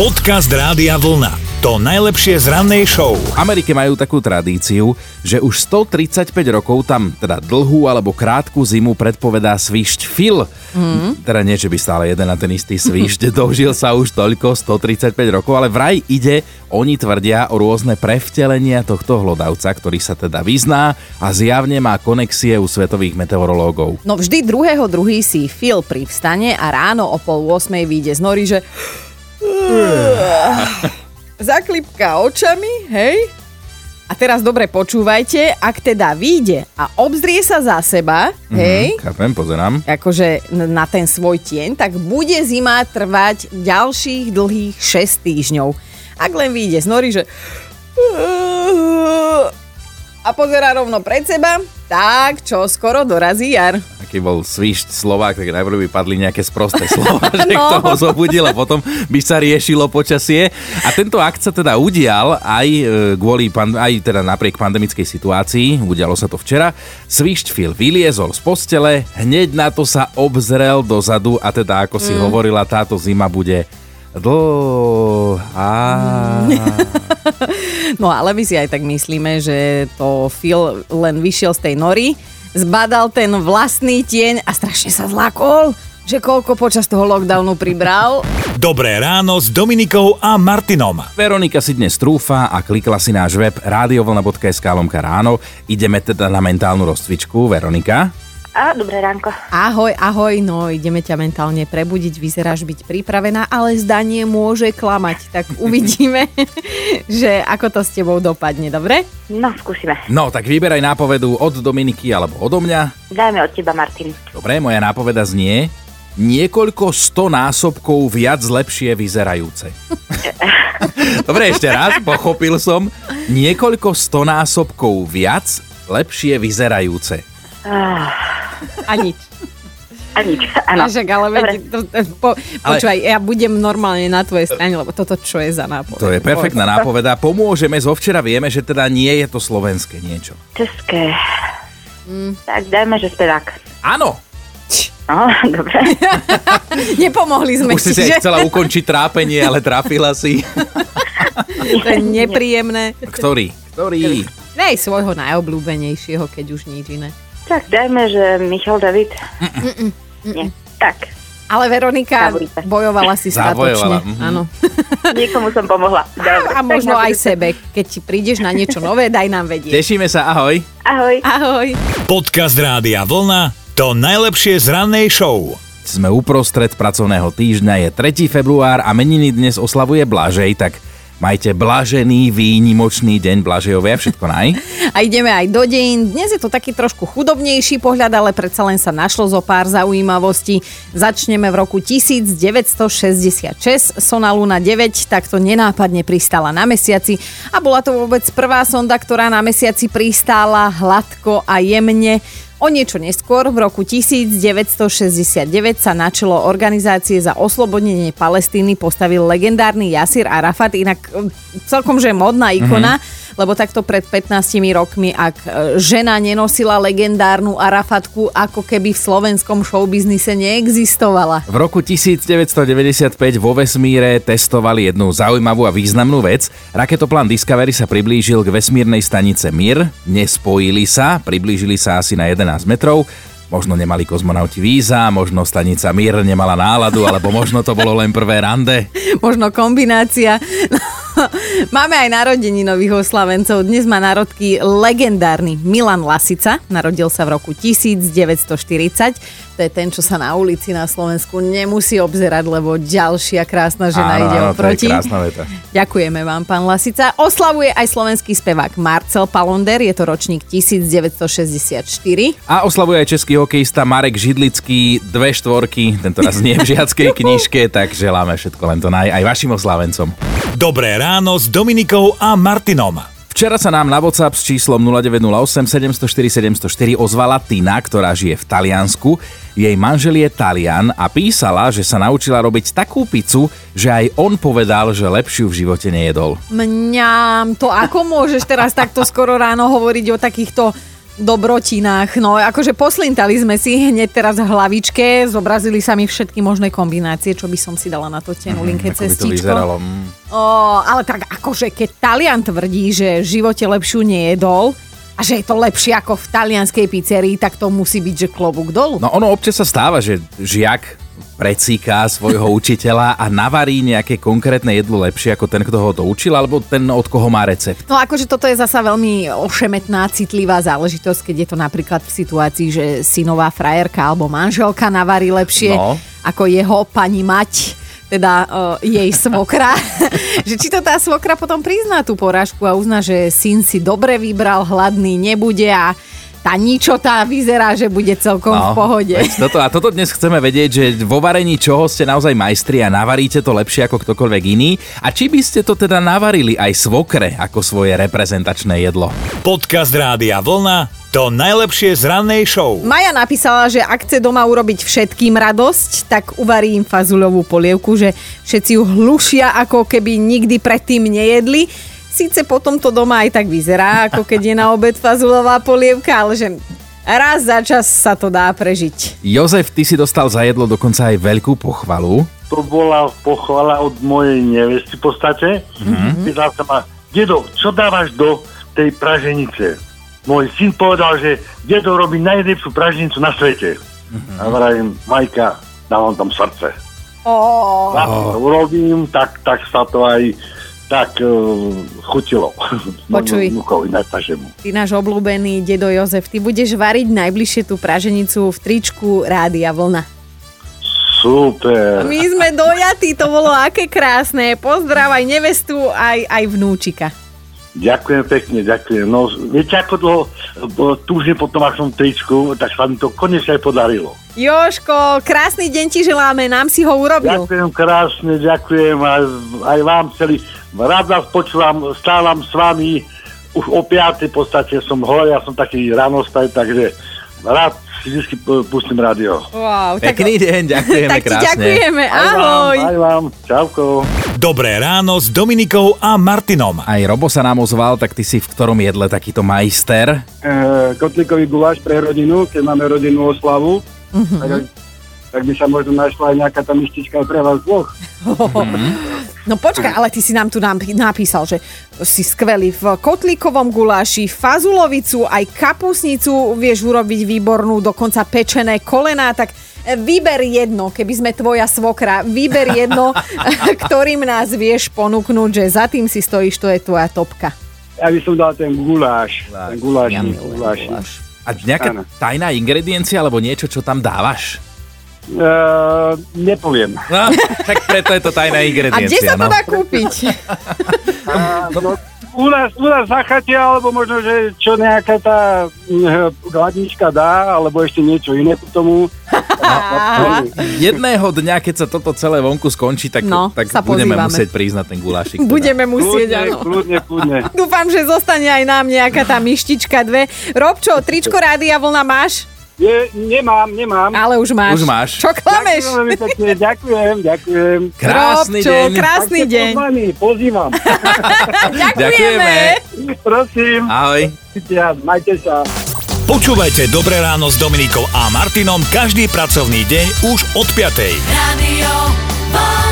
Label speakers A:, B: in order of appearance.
A: Podcast Rádia Vlna. To najlepšie z rannej show.
B: Amerike majú takú tradíciu, že už 135 rokov tam teda dlhú alebo krátku zimu predpovedá svišť Phil. Mm. Teda nie, že by stále jeden na ten istý svišť. Dožil sa už toľko, 135 rokov, ale vraj ide, oni tvrdia o rôzne prevtelenia tohto hlodavca, ktorý sa teda vyzná a zjavne má konexie u svetových meteorológov.
C: No vždy druhého druhý si Phil privstane a ráno o pol 8 vyjde z nory, že... Zaklipka očami, hej? A teraz dobre počúvajte, ak teda vyjde a obzrie sa za seba,
B: Mhm,
C: hej?
B: chápem, pozerám.
C: akože n- na ten svoj tieň, tak bude zima trvať ďalších dlhých 6 týždňov. Ak len vyjde z nory, že a pozera rovno pred seba, tak čo skoro dorazí jar.
B: Aký bol svišť Slovák, tak najprv by padli nejaké sprosté slova, že
C: No.
B: kto ho zobudil a potom by sa riešilo počasie. A tento akt sa teda udial aj e, kvôli, pan- aj teda napriek pandemickej situácii, udialo sa to včera. Svišť Phil vyliezol z postele, hneď na to sa obzrel dozadu a teda ako si hovorila, táto zima bude dlhá.
C: No ale my si aj tak myslíme, že to Phil len vyšiel z tej nory, zbadal ten vlastný tieň a strašne sa zlákol, že koľko počas toho lockdownu pribral.
A: Dobré ráno s Dominikou a Martinom.
B: Veronika si dnes trúfa a klikla si náš web radiovlna.sk lomka ráno. Ideme teda na mentálnu rozcvičku. Veronika?
D: A, dobré ránko.
C: Ahoj, ahoj, no ideme ťa mentálne prebudiť, vyzeráš byť pripravená, ale zdanie môže klamať, tak uvidíme, že ako to s tebou dopadne, dobre?
D: No, skúsime.
B: No, tak vyberaj nápovedu od Dominiky alebo odo mňa.
D: Dajme od teba, Martin.
B: Dobre, moja nápoveda znie niekoľko sto násobkov viac lepšie vyzerajúce. Dobre, ešte raz, pochopil som. Niekoľko sto násobkov viac lepšie vyzerajúce.
C: A nič.
D: Ah, A nič, áno.
C: Však, ale veď,
D: Dobre.
C: to, to, po,
B: Ale-
C: počúvaj, ja budem normálne na tvojej strane, lebo toto čo je za nápoj.
B: To je perfektná nápoveda. Pomôžeme, zo včera vieme, že teda nie je to slovenské niečo.
D: České.
C: Mm.
D: Tak dajme, že spevák.
B: Áno,
D: No, dobre.
C: Nepomohli sme
B: už si si
C: že?
B: aj chcela ukončiť trápenie, ale trápila si.
C: to je nepríjemné.
B: Ktorý? Ktorý?
C: Nej svojho najobľúbenejšieho, keď už nič iné.
D: Tak dajme, že Michal David. Nie. Tak,
C: Ale Veronika
D: Favorita.
C: bojovala si
B: Zavojovala,
C: statočne.
B: mhm.
C: Áno.
D: niekomu som pomohla. Dobre.
C: A možno
D: Tak na
C: aj
D: budúce.
C: sebe. Keď ti prídeš na niečo nové, daj nám vedieť.
B: Tešíme sa, ahoj.
D: Ahoj.
C: Ahoj.
A: Podcast Rádia Vlna. To najlepšie z rannej show.
B: Sme uprostred pracovného týždňa, je 3. február a meniny dnes oslavuje Blažej, tak majte blažený výnimočný deň Blažejovia, všetko naj.
C: A ideme aj do dejín. Dnes je to taký trošku chudobnejší pohľad, ale predsa len sa našlo zo pár zaujímavostí. Začneme v roku 1966. Sona Luna 9 takto nenápadne pristála na mesiaci a bola to vôbec prvá sonda, ktorá na mesiaci pristála hladko a jemne. O niečo neskôr, v roku 1969 sa na čelo organizácie za oslobodenie Palestíny postavil legendárny Jasir Arafat, inak eh, celkom že modná ikona, mm-hmm. lebo takto pred 15 rokmi, ak eh, žena nenosila legendárnu Arafatku, ako keby v slovenskom showbiznise neexistovala.
B: V roku 1995 vo vesmíre testovali jednu zaujímavú a významnú vec. Raketoplán Discovery sa priblížil k vesmírnej stanice Mir, nespojili sa, priblížili sa asi na 11 metrov, Možno nemali kozmonauti víza, možno stanica Mir nemala náladu, alebo možno to bolo len prvé rande.
C: Možno kombinácia. No, Máme aj narodení nových oslavencov. Dnes má narodky legendárny Milan Lasica. Narodil sa v roku 1940. To je ten, čo sa na ulici na Slovensku nemusí obzerať, lebo ďalšia krásna žena
B: Áno,
C: ide
B: áno, to je
C: oproti.
B: krásna veta.
C: Ďakujeme vám, pán Lasica. Oslavuje aj slovenský spevák Marcel Palonder. Je to ročník 1964.
B: A oslavuje aj český hokejista Marek Židlický dve štvorky, tento raz nie v žiackej knižke, tak želáme všetko len to naj aj vašim oslávencom.
A: Dobré ráno s Dominikou a Martinom.
B: Včera sa nám na WhatsApp s číslom 0908 704 704 ozvala Tina, ktorá žije v Taliansku. Jej manžel je Talian a písala, že sa naučila robiť takú pizzu, že aj on povedal, že lepšiu v živote nejedol.
C: Mňam, to ako môžeš teraz takto skoro ráno hovoriť o takýchto dobrotinách. No akože poslintali sme si hneď teraz v hlavičke, zobrazili sa mi všetky možné kombinácie, čo by som si dala na to tenu linke
B: Mhm, Ako by to
C: cestičko.
B: vyzeralo. Mm.
C: O, ale tak akože keď Talian tvrdí, že v živote lepšiu nejedol a že je to lepšie ako v talianskej pizzerii, tak to musí byť, že klobúk dolu.
B: No ono občas sa stáva, že žiak precíká svojho učiteľa a navarí nejaké konkrétne jedlo lepšie ako ten, kto ho to učil, alebo ten, od koho má recept.
C: No akože toto je zasa veľmi ošemetná, citlivá záležitosť, keď je to napríklad v situácii, že synová frajerka alebo manželka navarí lepšie
B: No.
C: ako jeho pani mať teda e, jej svokra, že či to tá svokra potom prizná tú porážku a uzná, že syn si dobre vybral, hladný nebude a tá ničota vyzerá, že bude celkom v pohode.
B: No, veď Toto, a toto dnes chceme vedieť, že vo varení čoho ste naozaj majstri a navaríte to lepšie ako ktokoľvek iný a či by ste to teda navarili aj svokre ako svoje reprezentačné jedlo.
A: Podcast Rádia Vlna to najlepšie z rannej show.
C: Maja napísala, že ak chce doma urobiť všetkým radosť, tak uvarí im fazuľovú polievku, že všetci ju hlušia, ako keby nikdy predtým nejedli. Síce potom to doma aj tak vyzerá, ako keď je na obed fazulová polievka, ale že raz za čas sa to dá prežiť.
B: Jozef, ty si dostal za jedlo dokonca aj veľkú pochvalu.
E: to bola pochvala od mojej nevesty v podstate. Mm-hmm. Pýtala sa ma, dedo, čo dávaš do tej praženice? Môj syn povedal, že dedo robí najlepšiu praženicu na svete. Mm-hmm. A vravím, Majka, dávam tam srdce.
C: Oh.
E: A to urobím, tak, tak sa to aj tak uh, chutilo.
C: Počuj.
E: Vnúkovi, najtažemu.
C: Ty náš obľúbený dedo Jozef, ty budeš variť najbližšie tú praženicu v tričku Rádia Vlna.
E: Super.
C: My sme dojatí, to bolo aké krásne. Pozdrav aj nevestu, aj, aj vnúčika.
E: Ďakujem pekne, ďakujem. No, viete, ako dlho eh, túžim po tom vašom tričku, tak sa mi to konečne aj podarilo.
C: Joško, krásny deň ti želáme, nám si ho urobil.
E: Ďakujem krásne, ďakujem aj, aj vám celý. Rád vás počúvam, stávam s vami už o 5. v podstate som hore, ja som taký ránostaj, takže rád si vždy pustím rádio.
C: Wow,
B: Pekný deň, ďakujeme
C: tak ti
B: krásne.
C: ďakujeme, ahoj.
E: Aj vám, aj vám. Čauko.
A: Dobré ráno s Dominikou a Martinom.
B: Aj Robo sa nám ozval, tak ty si v ktorom jedle takýto majster?
F: e, kotlíkový guláš pre rodinu, keď máme rodinnú oslavu, mm-hmm. tak, tak by sa možno našla aj nejaká tá myštička aj pre vás dvoch.
B: Mhm.
C: No počkaj, ale ty si nám tu nám napísal, že si skvelý v kotlíkovom guláši, fazulovicu, aj kapusnicu vieš urobiť výbornú, dokonca pečené kolená, tak e, vyber jedno, keby sme tvoja svokra, vyber jedno, ktorým nás vieš ponúknuť, že za tým si stojíš, to je tvoja topka.
F: Ja by som dal ten guláš, ten guláš,
B: Jam,
F: guláš.
B: A nejaká
F: Áno.
B: tajná ingrediencia alebo niečo, čo tam dávaš?
F: E, nepoviem.
B: No, tak preto je to tajná
C: A kde
B: ingrediencia.
C: sa to
B: no.
C: dá kúpiť?
F: A, no, u nás, u nás na chate, alebo možno, že čo nejaká tá hm, hladnička dá, alebo ešte niečo iné k tomu.
C: Aha.
B: Jedného dňa, keď sa toto celé vonku skončí, tak,
C: No,
B: tak
C: sa
B: budeme
C: pozývame.
B: musieť priznať ten gulášik. Teda.
C: Budeme musieť,
F: Kľudne,
C: áno.
F: kľudne, kľudne.
C: Dúfam, že zostane aj nám nejaká tá myštička dve. Robčo, tričko Rádia Vlna máš?
F: Je, nemám, nemám.
C: Ale už máš.
B: Už máš.
C: Čo klameš?
F: Ďakujem, veľmi pekne, ďakujem, ďakujem.
B: Krásny
C: Robčo,
B: deň.
C: krásny
F: Ak ste
C: deň.
F: Pozvaní, pozývam.
C: Ďakujeme.
F: Prosím,
B: Ahoj.
F: ja, majte sa.
A: Počúvajte Dobré ráno s Dominikou a Martinom každý pracovný deň už od 5.
G: Radio Vlna.